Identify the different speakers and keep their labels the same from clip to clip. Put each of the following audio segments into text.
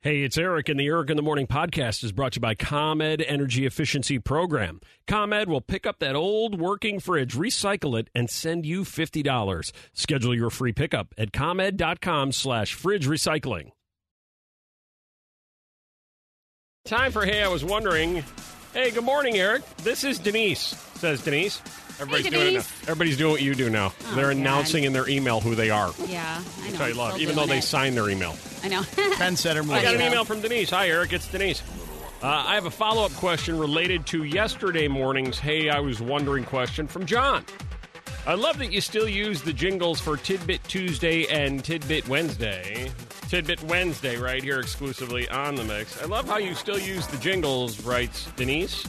Speaker 1: Hey, it's Eric, and the Eric in the Morning podcast is brought to you by ComEd Energy Efficiency Program. ComEd will pick up that old working fridge, recycle it, and send you $50. Schedule your free pickup at ComEd.com slash fridge recycling. Time for Hey, I Was Wondering. Hey, good morning, Eric. This is Denise, says Denise. Everybody's doing it.
Speaker 2: Denise.
Speaker 1: now. Everybody's doing what you do now.
Speaker 2: Oh,
Speaker 1: They're
Speaker 2: God.
Speaker 1: announcing in their email who they are. Which
Speaker 2: Yeah, I know.
Speaker 1: I love, even though they sign their email.
Speaker 2: I know.
Speaker 3: Trendsetter
Speaker 1: I got an
Speaker 2: Yeah.
Speaker 1: email from Denise. Hi, Eric. It's Denise. Uh, I have a follow up question related to yesterday morning's Hey, I Was Wondering question from John. I love that you still use the jingles for Tidbit Tuesday and Tidbit Wednesday. Tidbit Wednesday, right here exclusively on the mix. I love how you still use the jingles, writes Denise.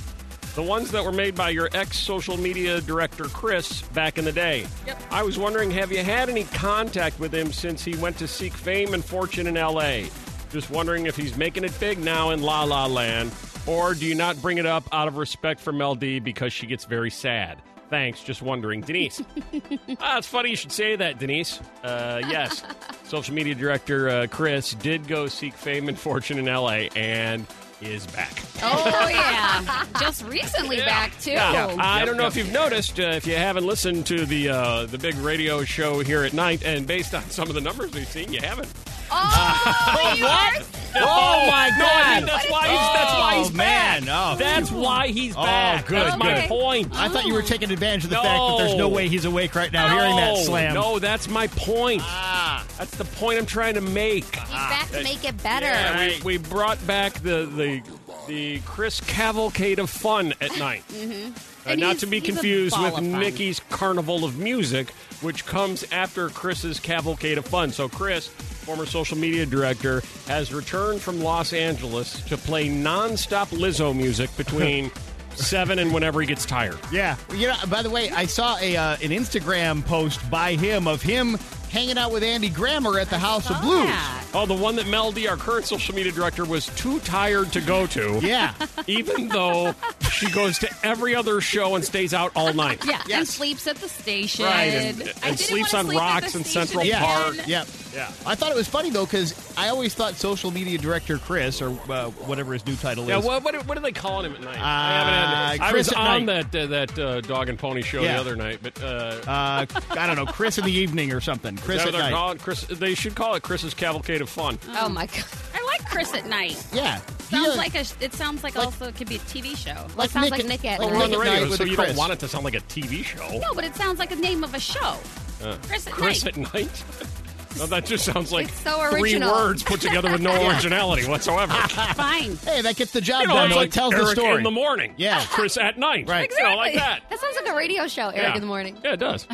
Speaker 1: The ones that were made by your ex social media director, Chris, back in the day. Yep. I was wondering have you had any contact with him since he went to seek fame and fortune in LA? Just wondering if he's making it big now in La La Land, or do you not bring it up out of respect for Mel D because she gets very sad? Thanks, just wondering. Denise. Ah, it's funny you should say that, Denise. Uh, yes, social media director uh, Chris did go seek fame and fortune in LA and is back.
Speaker 2: oh yeah, just recently back too.
Speaker 1: Yeah. I don't know if you've noticed, uh, if you haven't listened to the uh, the big radio show here at night, and based on some of the numbers we've seen, you haven't.
Speaker 2: Oh, you are
Speaker 3: Oh, my
Speaker 1: No, I mean,
Speaker 3: God.
Speaker 1: that's why he's, that's why he's
Speaker 3: Oh,
Speaker 1: back.
Speaker 3: man. Oh.
Speaker 1: That's why he's
Speaker 3: Oh,
Speaker 1: back.
Speaker 3: good,
Speaker 1: That's my
Speaker 2: good.
Speaker 1: point.
Speaker 3: I thought you were taking advantage of the fact that there's no
Speaker 1: No.
Speaker 3: way he's awake right now hearing that
Speaker 1: No,
Speaker 3: slam.
Speaker 1: No, that's my point.
Speaker 3: Ah.
Speaker 1: That's the point I'm trying to make.
Speaker 2: he's back to make it better.
Speaker 1: Yeah, we, we brought back the the the Chris Cavalcade of Fun at night. mm-hmm.
Speaker 2: And
Speaker 1: not
Speaker 2: he's-
Speaker 1: to be
Speaker 2: he's a
Speaker 1: confused
Speaker 2: ball
Speaker 1: with
Speaker 2: of fun.
Speaker 1: Mickey's Carnival of Music, which comes after Chris's Cavalcade of Fun. So Chris, former social media director, has returned from Los Angeles to play nonstop Lizzo music between seven and whenever he gets tired.
Speaker 3: Yeah. You know, by the way, I saw a uh, an Instagram post by him of him hanging out with Andy Grammer at the House of Blues.
Speaker 2: Yeah.
Speaker 1: Oh, the one that Mel D, our current social media director, was too tired to go to.
Speaker 3: Yeah.
Speaker 1: even though she goes to every other show and stays out all night.
Speaker 2: Yeah, and
Speaker 3: Yes.
Speaker 2: sleeps at the station.
Speaker 1: Right, and- and
Speaker 2: I didn't
Speaker 1: sleeps
Speaker 2: wanna
Speaker 1: on
Speaker 2: sleep at
Speaker 1: rocks
Speaker 2: the
Speaker 1: in
Speaker 2: station
Speaker 1: Central
Speaker 3: Yeah.
Speaker 1: Park.
Speaker 2: again.
Speaker 3: Yeah.
Speaker 1: Yeah.
Speaker 3: I thought it was funny though because I always thought social media director Chris or uh, whatever his new title
Speaker 1: Yeah,
Speaker 3: is.
Speaker 1: what, what, what are they calling him at night?
Speaker 3: Uh,
Speaker 1: I, haven't had, I
Speaker 3: Chris
Speaker 1: was
Speaker 3: at
Speaker 1: on that uh, that uh, dog and pony show the
Speaker 3: Yeah.
Speaker 1: other night, but uh,
Speaker 3: uh, I don't know, Chris in the evening or something. Chris
Speaker 1: is that what
Speaker 3: at
Speaker 1: they're
Speaker 3: night.
Speaker 1: calling Chris. They should call it Chris's Cavalcade of Fun.
Speaker 2: Oh my god, I like Chris at night.
Speaker 3: Yeah. He,
Speaker 2: Sounds
Speaker 3: uh,
Speaker 2: like a. It sounds like, also it could be a TV show. Well,
Speaker 3: Like
Speaker 2: it sounds
Speaker 3: Nick-
Speaker 2: like Nick at
Speaker 3: like
Speaker 2: night.
Speaker 1: We're on the
Speaker 3: at
Speaker 1: radio,
Speaker 3: night with
Speaker 1: so
Speaker 3: a
Speaker 1: you don't
Speaker 3: Chris.
Speaker 1: want it to sound like a TV show. Uh.
Speaker 2: No, but it sounds like a name of a show. Chris at
Speaker 1: Chris
Speaker 2: night.
Speaker 1: at night. No, that just sounds like
Speaker 2: It's so
Speaker 1: three
Speaker 2: original.
Speaker 1: words put together with no originality whatsoever.
Speaker 2: Fine.
Speaker 3: Hey, that gets the job
Speaker 1: You know,
Speaker 3: done.
Speaker 1: it's
Speaker 3: so
Speaker 1: like
Speaker 3: it tells
Speaker 1: Eric
Speaker 3: the story.
Speaker 1: in the morning.
Speaker 3: Yeah.
Speaker 1: Chris at night.
Speaker 3: Right.
Speaker 1: You know, like that.
Speaker 4: sounds like a radio show, Eric in the morning.
Speaker 1: Yeah, it does.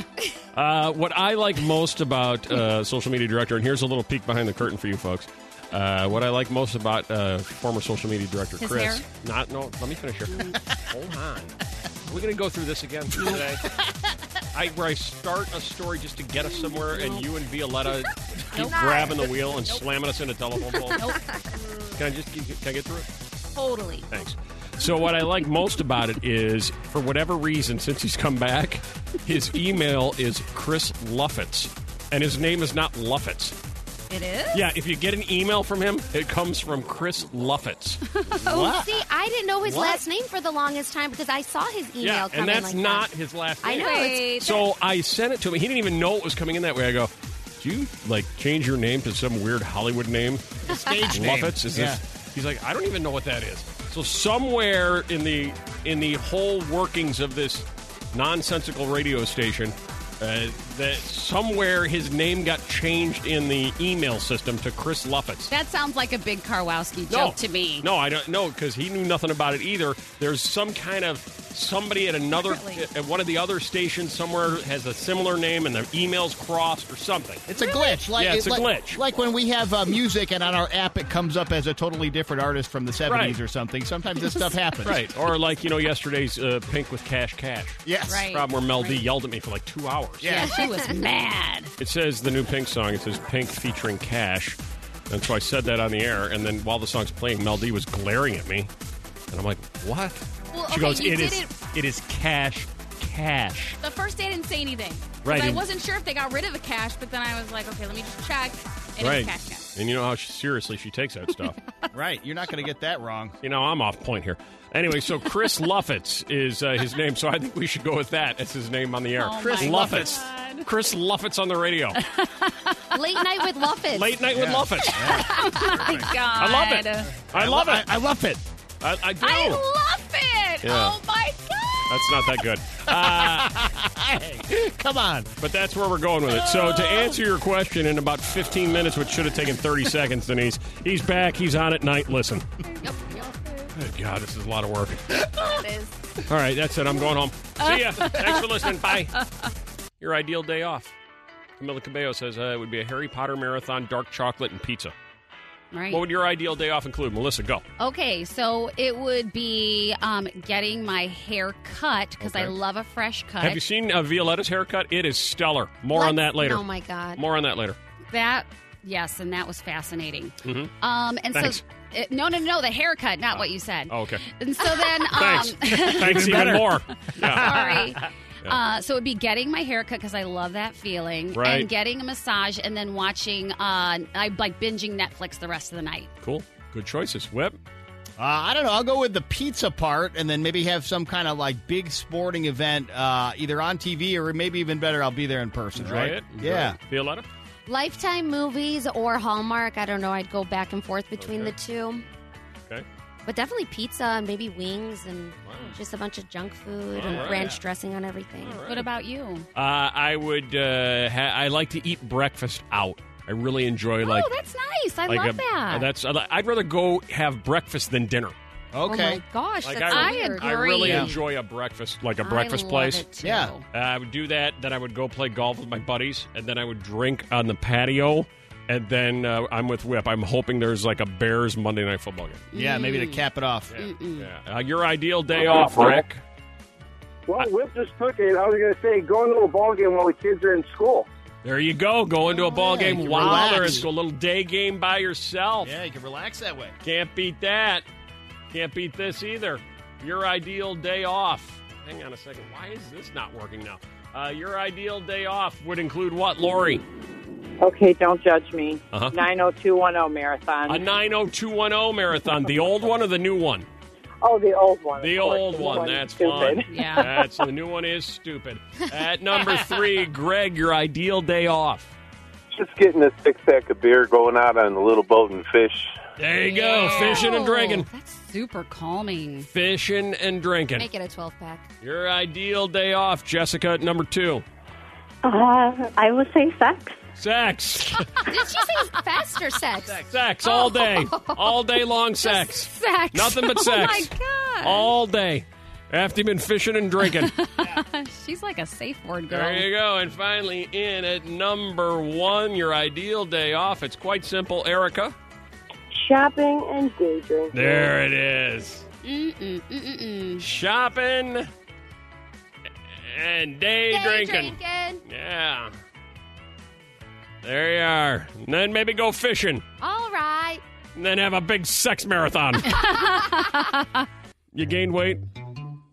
Speaker 1: uh, what I like most about uh, social media director, and here's a little peek behind the curtain for you folks. Uh, what I like most about uh, former social media director
Speaker 2: His
Speaker 1: Chris,
Speaker 2: hair? Mm.
Speaker 1: not no. Let me finish here. Hold on. Are we going to go through this again today? I, where I start a story just to get us somewhere, and you and Violetta keep
Speaker 2: Nope.
Speaker 1: grabbing the wheel and slamming us into telephone poles.
Speaker 2: Nope.
Speaker 1: Can I just can I get through it?
Speaker 2: Totally.
Speaker 1: Thanks. So what I like most about it is, for whatever reason, since he's come back, his email is Chris Luffitz, and his name is not Luffitz.
Speaker 2: It is.
Speaker 1: Yeah, if you get an email from him, it comes from Chris Luffitz.
Speaker 3: What?
Speaker 4: Oh, See, I didn't know his
Speaker 3: What?
Speaker 4: last name for the longest time because I saw his email
Speaker 1: yeah,
Speaker 4: come
Speaker 1: and
Speaker 4: in
Speaker 1: that's
Speaker 4: like
Speaker 1: not
Speaker 4: that.
Speaker 1: his last
Speaker 4: I
Speaker 1: name.
Speaker 4: know.
Speaker 2: Wait.
Speaker 4: It's,
Speaker 1: So I sent it to him. He didn't even know it was coming in that way. I go, "Do you like change your name to some weird Hollywood name?"
Speaker 3: stage name.
Speaker 1: Luffitz is
Speaker 3: yeah.
Speaker 1: this? He's like, I don't even know what that is. So somewhere in the in the whole workings of this nonsensical radio station, uh, that somewhere his name got changed in the email system to Chris Luffitz.
Speaker 2: That sounds like a big Karwowski
Speaker 1: No,
Speaker 2: joke to me.
Speaker 1: No, I don't know because he knew nothing about it either. There's some kind of somebody at another
Speaker 2: Really?
Speaker 1: at one of the other stations somewhere has a similar name and their emails crossed or something.
Speaker 3: It's a glitch. Like,
Speaker 1: Yeah, it's a
Speaker 3: like,
Speaker 1: glitch.
Speaker 3: Like when we have uh, music and on our app it comes up as a totally different artist from the 70s
Speaker 1: Right.
Speaker 3: or something. Sometimes this stuff happens.
Speaker 1: Right, or like you know yesterday's uh, Pink with Cash Cash.
Speaker 3: Yes.
Speaker 2: Right.
Speaker 1: problem where Mel D
Speaker 2: Right.
Speaker 1: yelled at me for like two hours.
Speaker 2: Yeah,
Speaker 3: Yeah.
Speaker 2: she was mad.
Speaker 1: It says the new Pink song. It says Pink featuring Cash, and so I said that on the air. And then while the song's playing, Mel D was glaring at me, and I'm like, "What?"
Speaker 2: Well,
Speaker 1: she
Speaker 2: okay,
Speaker 1: goes,
Speaker 2: you
Speaker 1: "It
Speaker 2: did
Speaker 1: is,
Speaker 2: it-
Speaker 1: it is Cash, Cash."
Speaker 2: The first day I didn't say anything. 'Cause
Speaker 1: Right,
Speaker 2: I
Speaker 1: and-
Speaker 2: wasn't sure if they got rid of the cash, but then I was like, okay, let me just check. And it was
Speaker 1: right?
Speaker 2: cash now.
Speaker 1: And you know how she, seriously she takes that stuff.
Speaker 3: Right. You're not going to get that wrong.
Speaker 1: you know, I'm off point here. Anyway, so Chris Luffitz is uh, his name, so I think we should go with that as his name on the air.
Speaker 2: Oh
Speaker 3: Chris
Speaker 2: my
Speaker 3: Luffitz.
Speaker 2: God.
Speaker 1: Chris Luffitz on the radio.
Speaker 4: Late night with Oh, Luffins.
Speaker 1: Late night with
Speaker 3: Yeah.
Speaker 1: Luffitz.
Speaker 2: God.
Speaker 1: I love it. I love it.
Speaker 3: I, I love it.
Speaker 1: I, I do.
Speaker 2: I love it.
Speaker 1: Yeah.
Speaker 2: Oh my god.
Speaker 1: That's not that good.
Speaker 3: Hey, come on.
Speaker 1: But that's where we're going with it. So to answer your question in about 15 minutes, which should have taken 30 seconds, Denise, he's back. He's on at night. Listen.
Speaker 2: Yep, yep.
Speaker 1: Good God, this is a lot of work.
Speaker 2: That is.
Speaker 1: All right, that's it. I'm going home. See ya. Thanks for listening. Bye. Your ideal day off. Camila Cabello says uh, it would be a Harry Potter marathon, dark chocolate, and pizza.
Speaker 2: Right.
Speaker 1: What would your ideal day off include? Melissa, go.
Speaker 2: Okay, so it would be um, getting my hair cut because I
Speaker 1: Okay.
Speaker 2: love a fresh cut.
Speaker 1: Have you seen uh, Violetta's haircut? It is stellar. More on that later.
Speaker 4: Oh my god.
Speaker 1: More on that later.
Speaker 2: that? Yes, and that was fascinating.
Speaker 1: Mm-hmm.
Speaker 2: Um, and
Speaker 1: Mm. Thanks.
Speaker 2: so, it, no, no, no, the haircut, not what you said.
Speaker 1: Oh, okay.
Speaker 2: And so then, um,
Speaker 1: Thanks. Thanks even, more. Yeah.
Speaker 2: sorry. Uh, so it'd be getting my haircut because I love that feeling,
Speaker 1: Right.
Speaker 2: and getting a massage, and then watching. Uh, I like binging Netflix the rest of the night.
Speaker 1: Cool. Good choices. Whip.
Speaker 3: Uh, I don't know. I'll go with the pizza part, and then maybe have some kind of like big sporting event, uh, either on TV or maybe even better, I'll be there in person.
Speaker 1: Enjoy
Speaker 3: right?
Speaker 1: it. Enjoy
Speaker 3: Yeah.
Speaker 1: it. Violetta?
Speaker 4: Lifetime movies or Hallmark. I don't know. I'd go back and forth between
Speaker 1: Okay.
Speaker 4: the two.
Speaker 1: Okay.
Speaker 4: But definitely pizza and maybe wings and
Speaker 1: Wow.
Speaker 4: just a bunch of junk food
Speaker 1: All
Speaker 4: and
Speaker 1: right.
Speaker 4: ranch dressing on everything.
Speaker 2: What about you?
Speaker 1: Uh, I would. Uh, ha- I like to eat breakfast out. I really enjoy like.
Speaker 2: oh, that's nice. I
Speaker 1: like
Speaker 2: love
Speaker 1: a-
Speaker 2: that.
Speaker 1: That's. I li- I'd rather go have breakfast than dinner.
Speaker 4: Oh
Speaker 3: Okay.
Speaker 4: my gosh,
Speaker 1: Like
Speaker 4: that's
Speaker 1: I,
Speaker 2: I
Speaker 4: weird.
Speaker 1: I really
Speaker 2: agree.
Speaker 1: enjoy a breakfast, like a
Speaker 2: I
Speaker 1: breakfast
Speaker 2: love
Speaker 1: place.
Speaker 2: it, too.
Speaker 3: Yeah.
Speaker 1: Uh, I would do that. Then I would go play golf with my buddies, and then I would drink on the patio. And then uh, I'm with Whip. I'm hoping there's like a Bears Monday Night Football game.
Speaker 3: Yeah, maybe
Speaker 2: Mm.
Speaker 3: to cap it off.
Speaker 1: Yeah. yeah. Uh, your ideal day off, Rick.
Speaker 5: Well, Whip just took it. I was going to say, go into a ball game while the kids are in school.
Speaker 1: There you go. Go into a ball
Speaker 3: yeah,
Speaker 1: game
Speaker 3: you
Speaker 1: while
Speaker 3: relax.
Speaker 1: they're at school. A little day game by yourself.
Speaker 3: Yeah, you can relax that way.
Speaker 1: Can't beat that. Can't beat this either. Your ideal day off. Hang on a second. Why is this not working now? Uh, your ideal day off would include
Speaker 2: Uh,
Speaker 1: what, Lori?
Speaker 6: Okay, don't judge me.
Speaker 1: Uh-huh.
Speaker 6: 90210 marathon.
Speaker 1: A 90210 marathon. The old one or the new one?
Speaker 6: oh, the old one.
Speaker 1: The
Speaker 6: of course.
Speaker 1: old
Speaker 6: The
Speaker 1: one. That's
Speaker 6: stupid.
Speaker 1: fun.
Speaker 2: Yeah.
Speaker 1: That's the new one is stupid. At number three, Greg, your ideal day off.
Speaker 7: Just getting a six pack of beer, going out on a little boat and fish.
Speaker 1: There you
Speaker 2: Yeah.
Speaker 1: go. Fishing and drinking.
Speaker 2: Oh, That's super calming.
Speaker 1: Fishing and drinking.
Speaker 4: Make it a 12 pack.
Speaker 1: Your ideal day off, Jessica, at number two.
Speaker 8: Uh-huh.
Speaker 9: Uh, I would say sex.
Speaker 1: Sex.
Speaker 4: Did she say faster sex?
Speaker 1: Sex all day. All day long Oh. sex.
Speaker 4: Sex.
Speaker 1: Nothing but
Speaker 2: Oh
Speaker 1: sex.
Speaker 2: my god.
Speaker 1: All day. After you've been fishing and drinking.
Speaker 2: She's like a safe word girl.
Speaker 1: there you go. And finally, in at number one, your ideal day off. It's quite simple, Erica.
Speaker 6: Shopping and day drinking.
Speaker 1: There it is.
Speaker 2: Mm-mm, mm-mm.
Speaker 1: Shopping and day,
Speaker 4: Day
Speaker 1: drinking. Yeah. There you are. And then maybe go fishing.
Speaker 4: All right.
Speaker 1: and then have a big sex marathon. you gained weight?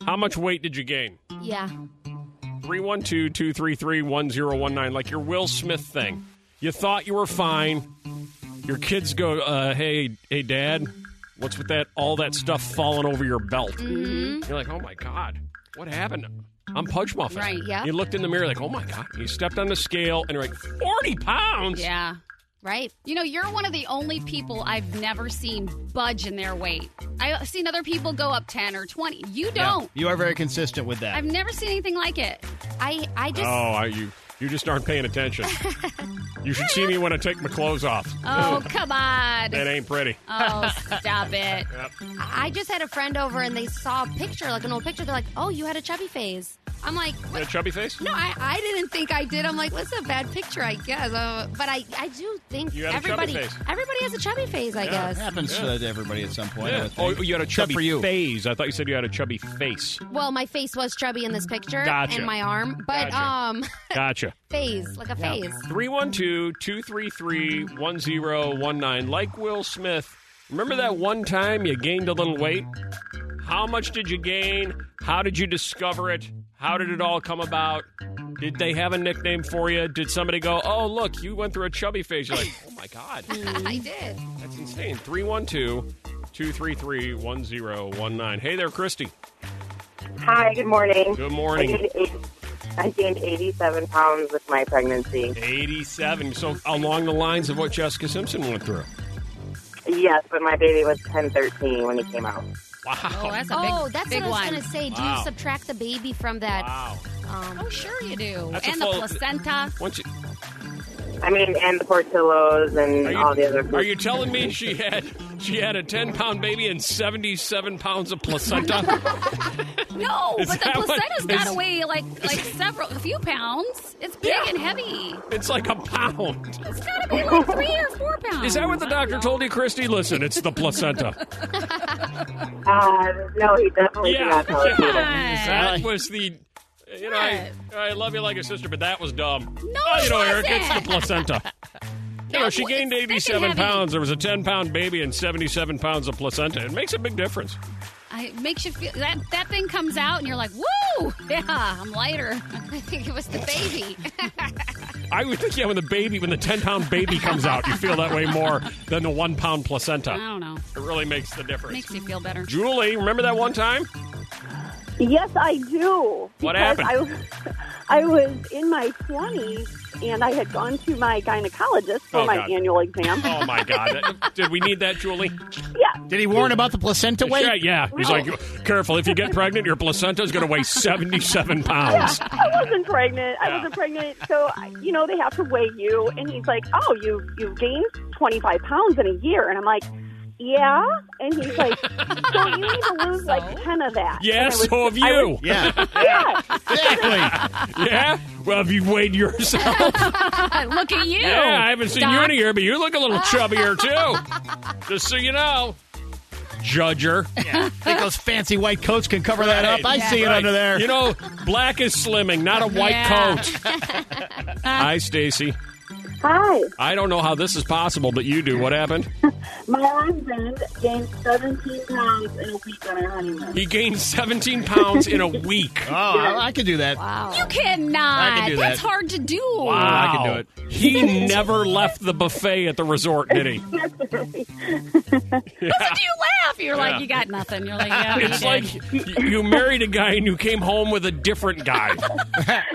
Speaker 1: How much weight did you gain?
Speaker 4: Yeah.
Speaker 1: 312 233 1019, like your Will Smith thing. You thought you were fine. Your kids go, uh, hey, hey, dad, what's with that, all that stuff falling over your belt?
Speaker 4: Mm-hmm.
Speaker 1: You're like, oh my God, what happened? I'm Punch Muffin.
Speaker 2: Right,
Speaker 4: yeah.
Speaker 1: You looked in the mirror, like, oh my God. You stepped on the scale and you're like, 40 pounds?
Speaker 2: Yeah.
Speaker 4: Right.
Speaker 2: You know, you're one of the only people I've never seen budge in their weight. I've seen other people go up 10 or 20. You don't.
Speaker 3: You are very consistent with that.
Speaker 2: I've never seen anything like it.
Speaker 4: I I just
Speaker 1: Oh, I, you you just aren't paying attention. you should see me when I take my clothes off.
Speaker 2: Oh, come on.
Speaker 1: That ain't pretty.
Speaker 2: Oh, stop it.
Speaker 4: Uh, I just had a friend over and they saw a picture, like an old picture. They're like, "Oh, you had a chubby phase." I'm like,
Speaker 1: That
Speaker 4: what?
Speaker 1: chubby face?
Speaker 4: No, I, I didn't think I did. I'm like, what's a bad picture? I guess, uh, but I, I do think
Speaker 1: You had a chubby
Speaker 4: everybody
Speaker 1: face.
Speaker 4: everybody has a chubby phase. I guess.
Speaker 3: It happens uh, to everybody at some point. I
Speaker 1: Yeah.
Speaker 3: would
Speaker 1: Oh,
Speaker 3: think.
Speaker 1: you had a
Speaker 3: Except
Speaker 1: chubby
Speaker 3: for you.
Speaker 1: phase. I thought you said you had a chubby face.
Speaker 4: Well, my face was chubby in this picture
Speaker 1: Gotcha.
Speaker 4: and my arm, but
Speaker 1: Gotcha.
Speaker 4: um,
Speaker 1: Gotcha.
Speaker 4: phase like a phase.
Speaker 1: 312-233-1019. Like Will Smith, remember that one time you gained a little weight? How much did you gain? How did you discover it? How did it all come about? Did they have a nickname for you? Did somebody go, oh, look, you went through a chubby phase? You're like, oh my God,
Speaker 2: I did.
Speaker 1: that's insane. 312 233 1019. Hey there, Christy.
Speaker 10: Hi, good morning.
Speaker 1: Good
Speaker 10: I
Speaker 1: morning.
Speaker 10: gained, eight, I gained 87 pounds with my pregnancy.
Speaker 1: 87. So, along the lines of what Jessica Simpson went through.
Speaker 10: Yes, but my baby was 10, 13 when he came out.
Speaker 2: Oh,
Speaker 1: Wow.
Speaker 2: that's a big,
Speaker 4: Oh, that's
Speaker 2: big
Speaker 4: what I was
Speaker 2: one.
Speaker 4: gonna say. Do
Speaker 1: Wow.
Speaker 4: you subtract the baby from that?
Speaker 1: Wow.
Speaker 4: Um,
Speaker 2: Oh, sure you do.
Speaker 1: That's a
Speaker 2: and the
Speaker 1: full-
Speaker 2: placenta.
Speaker 1: Once you,
Speaker 10: I mean, and the Portillos and
Speaker 1: are,
Speaker 10: all the
Speaker 1: you,
Speaker 10: other
Speaker 1: are you telling me she had she had a 10 pound baby and 77 pounds of placenta?
Speaker 2: No, Oh,
Speaker 1: Is
Speaker 2: but the
Speaker 1: that what-
Speaker 2: placenta's got
Speaker 1: is-
Speaker 2: to weigh like like several, a few pounds. It's big
Speaker 1: Yeah.
Speaker 2: and heavy.
Speaker 1: it's like a pound.
Speaker 2: It's got to be like three or four pounds.
Speaker 1: Is that what the
Speaker 2: I don't
Speaker 1: doctor
Speaker 2: know.
Speaker 1: told you, Christy? Listen, it's the placenta.
Speaker 10: Uh, no, he definitely did
Speaker 1: yeah.
Speaker 10: not tell us. either.
Speaker 1: That was the. You know, I, I love you like a sister, but that was dumb.
Speaker 2: No,
Speaker 1: oh, you
Speaker 2: it
Speaker 1: know, Eric,
Speaker 2: wasn't.
Speaker 1: it's the placenta. You know,
Speaker 2: That
Speaker 1: she
Speaker 2: was-
Speaker 1: gained
Speaker 2: it's thick and
Speaker 1: 87
Speaker 2: heavy.
Speaker 1: pounds. There was a 10 pound baby and 77 pounds of placenta. It makes a big difference.
Speaker 2: I, it makes you feel that that thing comes out and you're like, woo, yeah, I'm lighter. I think it was the baby.
Speaker 1: I would think, yeah, when the baby, when the 10 pound baby comes out, you feel that way more than the one pound
Speaker 2: I
Speaker 1: placenta.
Speaker 2: don't know.
Speaker 1: It really makes the difference.
Speaker 2: Makes me feel better.
Speaker 1: Julie, remember that one time?
Speaker 9: Yes, I do.
Speaker 1: What
Speaker 9: Because
Speaker 1: happened?
Speaker 9: I was, I was in my 20s and I had gone to my gynecologist for
Speaker 1: Oh,
Speaker 9: my
Speaker 1: God.
Speaker 9: annual exam.
Speaker 1: Oh my God! Did we need that, Julie?
Speaker 9: Yeah.
Speaker 3: Did he warn about the placenta weight?
Speaker 1: Yeah, yeah. He's like, careful. If you get pregnant, your placenta's going to weigh seventy-seven pounds.
Speaker 9: I wasn't pregnant. I
Speaker 1: Yeah.
Speaker 9: wasn't pregnant. So, you know, they have to weigh you. And he's like, oh, you, you gained 25 pounds in a year. And I'm like, yeah. And he's like, so you need to lose like 10 of that. And I
Speaker 1: Yes,
Speaker 9: was-
Speaker 1: so have
Speaker 9: I
Speaker 1: you.
Speaker 9: was-
Speaker 3: Yeah,
Speaker 9: yeah.
Speaker 3: exactly.
Speaker 1: yeah. Well, have you weighed yourself?
Speaker 2: Look at you.
Speaker 1: Yeah, I haven't seen you
Speaker 2: Doc.
Speaker 1: in a year, but you look a
Speaker 9: Ah.
Speaker 1: little chubbier too. Just so you know, judger.
Speaker 3: I think those fancy white coats can cover that up. I
Speaker 1: Right.
Speaker 3: see it
Speaker 1: Right.
Speaker 3: under there.
Speaker 1: You know, black is slimming, not a white
Speaker 2: Yeah.
Speaker 1: coat. Hi, Stacy.
Speaker 6: Hi,
Speaker 1: I don't know how this is possible, but you do. What happened?
Speaker 6: my husband gained 17 pounds in a week on our honeymoon.
Speaker 1: He gained 17 pounds in a week.
Speaker 3: oh, I, I could do that.
Speaker 4: wow.
Speaker 2: You cannot.
Speaker 3: I can do
Speaker 2: That's
Speaker 3: that.
Speaker 2: hard to do.
Speaker 3: I can do
Speaker 1: Wow.
Speaker 3: it.
Speaker 1: He never left the buffet at the resort, did he?
Speaker 2: Listen to you laugh. You're
Speaker 1: Yeah.
Speaker 2: like, you got nothing. You're like, yeah,
Speaker 1: It's
Speaker 2: you
Speaker 1: like
Speaker 2: did.
Speaker 1: y- you married a guy and you came home with a different guy.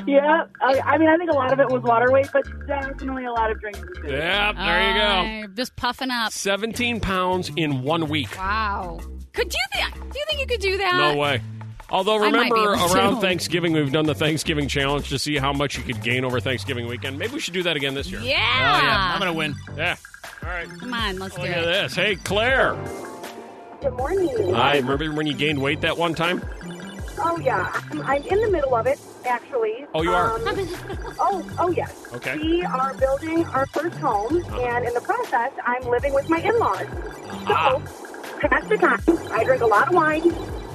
Speaker 6: Yeah, I, I mean, I think a lot of it was water weight, but definitely a lot of drinking. too.
Speaker 1: Yep, there you go.
Speaker 2: I'm Just puffing up.
Speaker 1: 17 pounds in one week.
Speaker 2: Wow. Could you think? Do you think you could do that?
Speaker 1: No way. Although
Speaker 2: I might be
Speaker 1: remember
Speaker 2: able to.
Speaker 1: around Thanksgiving we've done the Thanksgiving challenge to see how much you could gain over Thanksgiving weekend. Maybe we should do that again this year.
Speaker 2: Yeah.
Speaker 3: Oh, yeah. I'm going to win.
Speaker 1: Yeah. All right.
Speaker 2: Come on, let's
Speaker 1: Look
Speaker 2: do
Speaker 1: at
Speaker 2: it.
Speaker 1: this. Hey, Claire.
Speaker 6: Good morning.
Speaker 1: I remember when you gained weight that one time?
Speaker 6: Oh yeah, I'm, I'm in the middle of it actually.
Speaker 1: Oh, you are?
Speaker 6: Um, oh, oh yes.
Speaker 1: Okay.
Speaker 6: We are building our first home, and in the process, I'm living with my in-laws.
Speaker 1: Ah.
Speaker 6: So, past the time, I drink a lot of wine,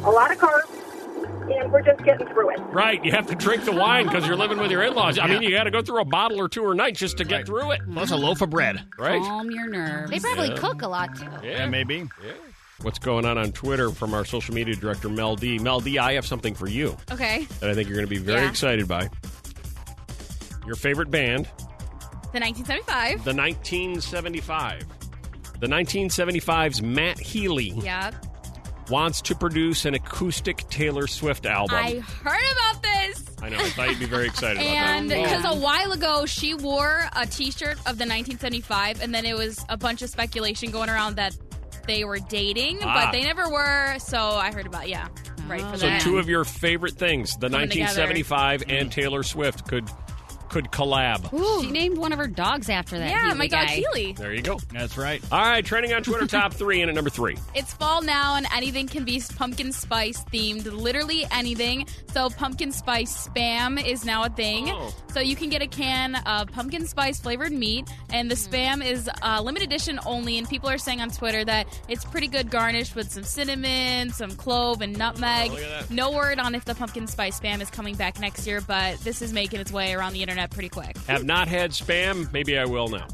Speaker 6: a lot of carbs, and we're just getting through it.
Speaker 1: Right. You have to drink the wine because you're living with your in laws. I mean, you got to go through a bottle or two a night just to get
Speaker 3: Right.
Speaker 1: through it.
Speaker 3: Plus a loaf of bread.
Speaker 1: Right.
Speaker 2: Calm your nerves.
Speaker 4: They probably
Speaker 1: Yeah.
Speaker 4: cook a lot too.
Speaker 1: Yeah,
Speaker 3: maybe.
Speaker 1: Yeah. What's going on on Twitter from our social media director, Mel D? Mel D, I have something for you
Speaker 2: Okay.
Speaker 1: that I think you're going to be very
Speaker 11: Yeah.
Speaker 1: excited by. Your favorite band,
Speaker 11: The 1975.
Speaker 1: the 1975. The 1975's Matt Healy
Speaker 11: Yeah.
Speaker 1: wants to produce an acoustic Taylor Swift album.
Speaker 11: I heard about this.
Speaker 1: I know. I thought you'd be very excited
Speaker 11: And
Speaker 1: about that.
Speaker 11: because a while ago she wore a T-shirt of the 1975, and then it was a bunch of speculation going around that they were dating,
Speaker 1: Ah.
Speaker 11: but they never were. So I heard about yeah, right.
Speaker 2: Oh.
Speaker 11: For
Speaker 1: So
Speaker 11: that.
Speaker 1: two of your favorite things, the
Speaker 11: Coming together.
Speaker 1: 1975
Speaker 3: Mm.
Speaker 1: and Taylor Swift could could collab.
Speaker 2: She named one of her dogs after that.
Speaker 11: yeah,
Speaker 2: Healy
Speaker 11: my God,
Speaker 2: guy.
Speaker 11: Healy.
Speaker 1: There you go.
Speaker 3: That's right.
Speaker 1: All right, trending on Twitter top 3 and at number 3.
Speaker 11: It's fall now, and anything can be pumpkin spice themed. Literally anything. So pumpkin spice spam is now a thing.
Speaker 1: Oh.
Speaker 11: So you can get a can of pumpkin spice flavored meat, and the spam is uh, limited edition only. And people are saying on Twitter that it's pretty good garnished with some cinnamon, some clove, and nutmeg.
Speaker 1: Oh, look at that.
Speaker 11: no word on if the pumpkin spice spam is coming back next year, but this is making its way around the internet pretty quick.
Speaker 1: Have not had spam. Maybe I will now.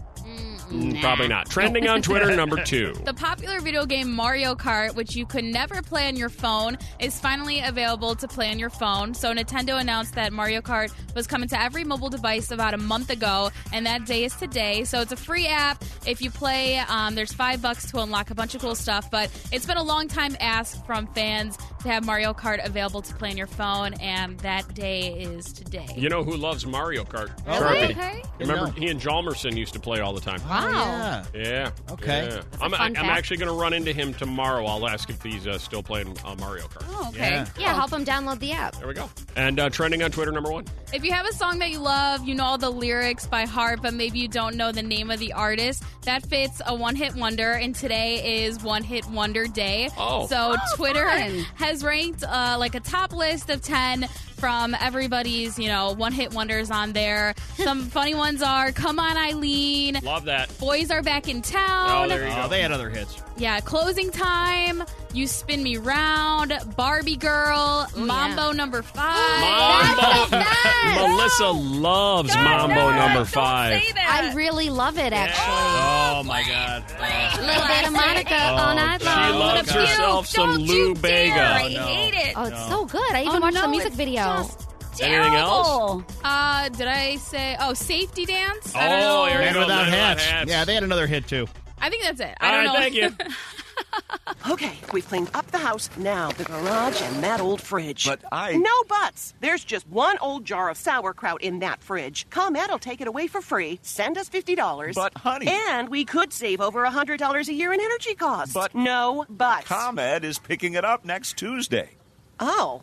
Speaker 1: Mm, Probably not. Trending on Twitter, number two.
Speaker 11: The popular video game Mario Kart, which you could never play on your phone, is finally available to play on your phone. So, Nintendo announced that Mario Kart was coming to every mobile device about a month ago, and that day is today. So, it's a free app. If you play, um, there's five bucks to unlock a bunch of cool stuff. But it's been a long time ask from fans to have Mario Kart available to play on your phone, and that day is today.
Speaker 1: You know who loves Mario Kart?
Speaker 11: Really?
Speaker 1: Sharpie.
Speaker 11: Okay.
Speaker 1: You remember he and Jalmerson used to play all the time.
Speaker 4: Wow. Yeah.
Speaker 1: Yeah.
Speaker 3: Okay.
Speaker 1: yeah.
Speaker 3: That's a
Speaker 1: I'm,
Speaker 3: fun
Speaker 1: I'm
Speaker 3: fact.
Speaker 1: actually going to run into him tomorrow. I'll ask if he's uh, still playing uh, Mario Kart.
Speaker 11: Oh, okay.
Speaker 1: Yeah.
Speaker 4: Yeah, help them download the app.
Speaker 1: There we go. And uh, trending on Twitter, number one.
Speaker 11: If you have a song that you love, you know all the lyrics by heart, but maybe you don't know the name of the artist, that fits a one hit wonder. And today is One Hit Wonder Day.
Speaker 12: Oh.
Speaker 11: So Twitter
Speaker 2: fun.
Speaker 11: has ranked uh, like a top list of 10 from everybody's, you know, one hit wonders on there. Some funny ones are Come On Eileen,
Speaker 1: Love that.
Speaker 11: Boys Are Back in
Speaker 1: Oh,
Speaker 11: Town.
Speaker 1: there you go.
Speaker 3: they had other hits.
Speaker 11: Yeah, closing time. You spin me round. Barbie
Speaker 1: Oh,
Speaker 11: girl. Mambo number five.
Speaker 1: Mambo. Melissa loves Mambo number five.
Speaker 4: I really love it, actually.
Speaker 1: Oh my God!
Speaker 4: Little bit of Monica on
Speaker 1: Oh,
Speaker 4: Idol.
Speaker 1: she loves herself some Lou Bega.
Speaker 11: it.
Speaker 4: Oh, it's so good. I even
Speaker 2: Oh,
Speaker 4: watched
Speaker 2: no,
Speaker 4: the music
Speaker 2: it's
Speaker 4: video.
Speaker 1: Anything else?
Speaker 11: Uh, did I say? Oh, safety dance. I don't
Speaker 1: Oh,
Speaker 11: know.
Speaker 1: here you
Speaker 3: Man
Speaker 1: go.
Speaker 3: without
Speaker 1: Man
Speaker 3: hats.
Speaker 1: Without Hats.
Speaker 3: Yeah, they had another hit too.
Speaker 11: I think that's it.
Speaker 1: All
Speaker 11: I
Speaker 1: right,
Speaker 11: don't
Speaker 1: thank
Speaker 11: know.
Speaker 1: you.
Speaker 12: Okay, we've cleaned up the house, now the garage and that old fridge.
Speaker 13: But I-
Speaker 12: No buts! There's just one old jar of sauerkraut in that fridge. ComEd will take it away for free. Send us $50.
Speaker 13: But, honey-
Speaker 12: And we could save over $100 a year in energy costs.
Speaker 13: But-
Speaker 12: No buts.
Speaker 13: ComEd is picking it up next Tuesday.
Speaker 12: oh.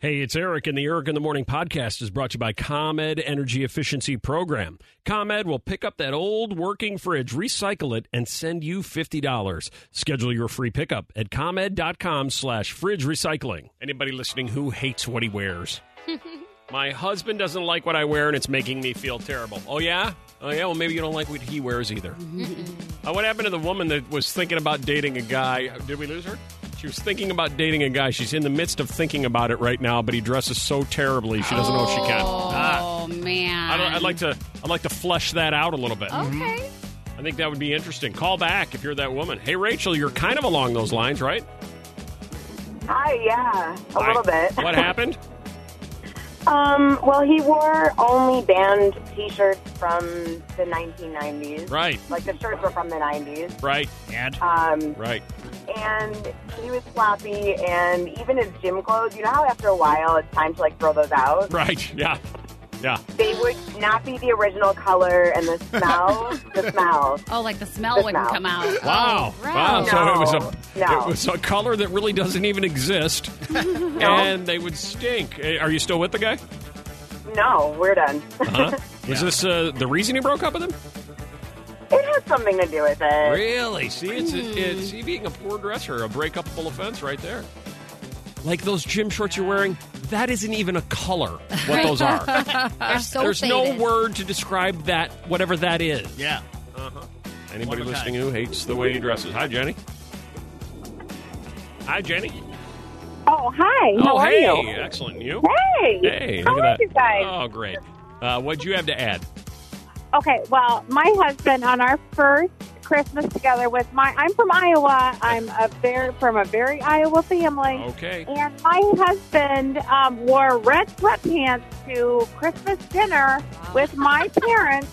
Speaker 1: Hey, it's Eric, and the Eric in the Morning podcast is brought to you by ComEd Energy Efficiency Program. ComEd will pick up that old working fridge, recycle it, and send you $50. Schedule your free pickup at ComEd.com slash fridge recycling. Anybody listening who hates what he wears? My husband doesn't like what I wear, and it's making me feel terrible. Oh, yeah? Oh, yeah? Well, maybe you don't like what he wears either.
Speaker 14: Mm-hmm.
Speaker 1: Uh, what happened to the woman that was thinking about dating a guy? Uh, Did we lose her? She was thinking about dating a guy. She's in the midst of thinking about it right now, but he dresses so terribly she doesn't know if she can. Ah,
Speaker 2: Oh man.
Speaker 1: I'd, I'd like Mm-hmm. to. I'd like to flesh that out a little bit.
Speaker 2: Okay.
Speaker 1: I think that would be interesting. Call back if you're that woman. Hey, Rachel, you're kind of along those lines, right?
Speaker 10: Hi, yeah, a
Speaker 1: Hi.
Speaker 10: little bit.
Speaker 1: What happened?
Speaker 10: Um, well, he wore only band T-shirts from the 1990s.
Speaker 1: Right.
Speaker 10: Like the shirts were from the 90s.
Speaker 1: Right. And.
Speaker 10: Um,
Speaker 1: Right.
Speaker 10: and he was sloppy, and even his gym clothes. You know how after a while it's time to like throw those out.
Speaker 1: Right. Yeah. Yeah.
Speaker 10: They would not be the original color, and the smell, the smell.
Speaker 2: Oh, like the smell
Speaker 10: The
Speaker 2: wouldn't
Speaker 10: smell.
Speaker 2: come out.
Speaker 1: Wow.
Speaker 2: Oh,
Speaker 1: wow.
Speaker 2: gross.
Speaker 1: So it was a
Speaker 10: No.
Speaker 1: it was a color that really doesn't even exist. And they would stink. Eh, Are you still with the guy?
Speaker 10: No, we're done.
Speaker 1: Huh? Was this uh, the reason you broke up with him?
Speaker 10: It has something to do with it.
Speaker 1: Really? See, it's, it's see, being a poor dresser, a breakup full offense right there. Like those gym shorts you're wearing, that isn't even a color, what those are.
Speaker 4: They're so
Speaker 1: There's no
Speaker 4: faded.
Speaker 1: word to describe that, whatever that is.
Speaker 3: Yeah.
Speaker 1: Uh-huh. Anybody listening who hates the way he dresses? Hi, Jenny. Hi, Jenny.
Speaker 6: Oh, hi.
Speaker 1: oh,
Speaker 6: How are
Speaker 1: hey.
Speaker 6: you?
Speaker 1: Excellent. You?
Speaker 6: Hey.
Speaker 1: Hey,
Speaker 6: How
Speaker 1: look
Speaker 6: are
Speaker 1: at that.
Speaker 6: you guys?
Speaker 1: Oh, great. Uh, what'd you have to add?
Speaker 6: Okay, well, my husband on our first Christmas together with my I'm from Iowa. I'm a very from a very Iowa family.
Speaker 1: Okay.
Speaker 6: And my husband um, wore red sweatpants to Christmas dinner with my parents,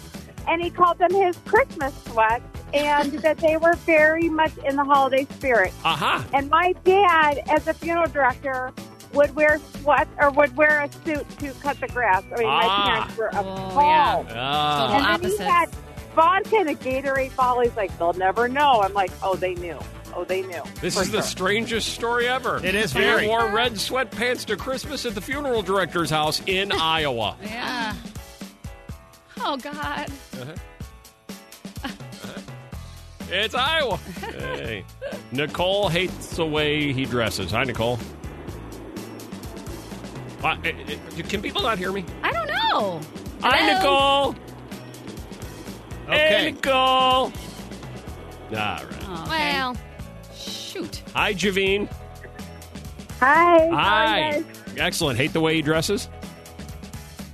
Speaker 6: and he called them his Christmas sweats, and that they were very much in the holiday spirit.
Speaker 1: Aha.
Speaker 6: And my dad, as a funeral director, would wear sweats or would wear a suit to cut the grass. I mean,
Speaker 1: Ah.
Speaker 6: my parents were appalled.
Speaker 1: Ah.
Speaker 6: And then he had vodka and a Gatorade bottle. He's like, they'll never know. I'm like, oh, they knew. Oh, they knew.
Speaker 1: This
Speaker 6: For
Speaker 1: is the
Speaker 6: sure.
Speaker 1: strangest story ever.
Speaker 3: It is
Speaker 1: They
Speaker 3: very.
Speaker 1: wore red sweatpants to Christmas at the funeral director's house in Iowa.
Speaker 2: Yeah.
Speaker 11: Oh God.
Speaker 1: Uh-huh. It's Iowa. Hey. Nicole hates the way he dresses. Hi, Nicole. Uh, eh, eh, can people not hear me?
Speaker 2: I don't know.
Speaker 1: Hi, Nicole. Hey,
Speaker 2: Okay.
Speaker 1: Nicole. All right.
Speaker 4: Oh,
Speaker 2: Well, shoot.
Speaker 1: Hi, Javine.
Speaker 6: Hi. how are you
Speaker 1: Hi.
Speaker 6: guys?
Speaker 1: Excellent. Hate the way he dresses?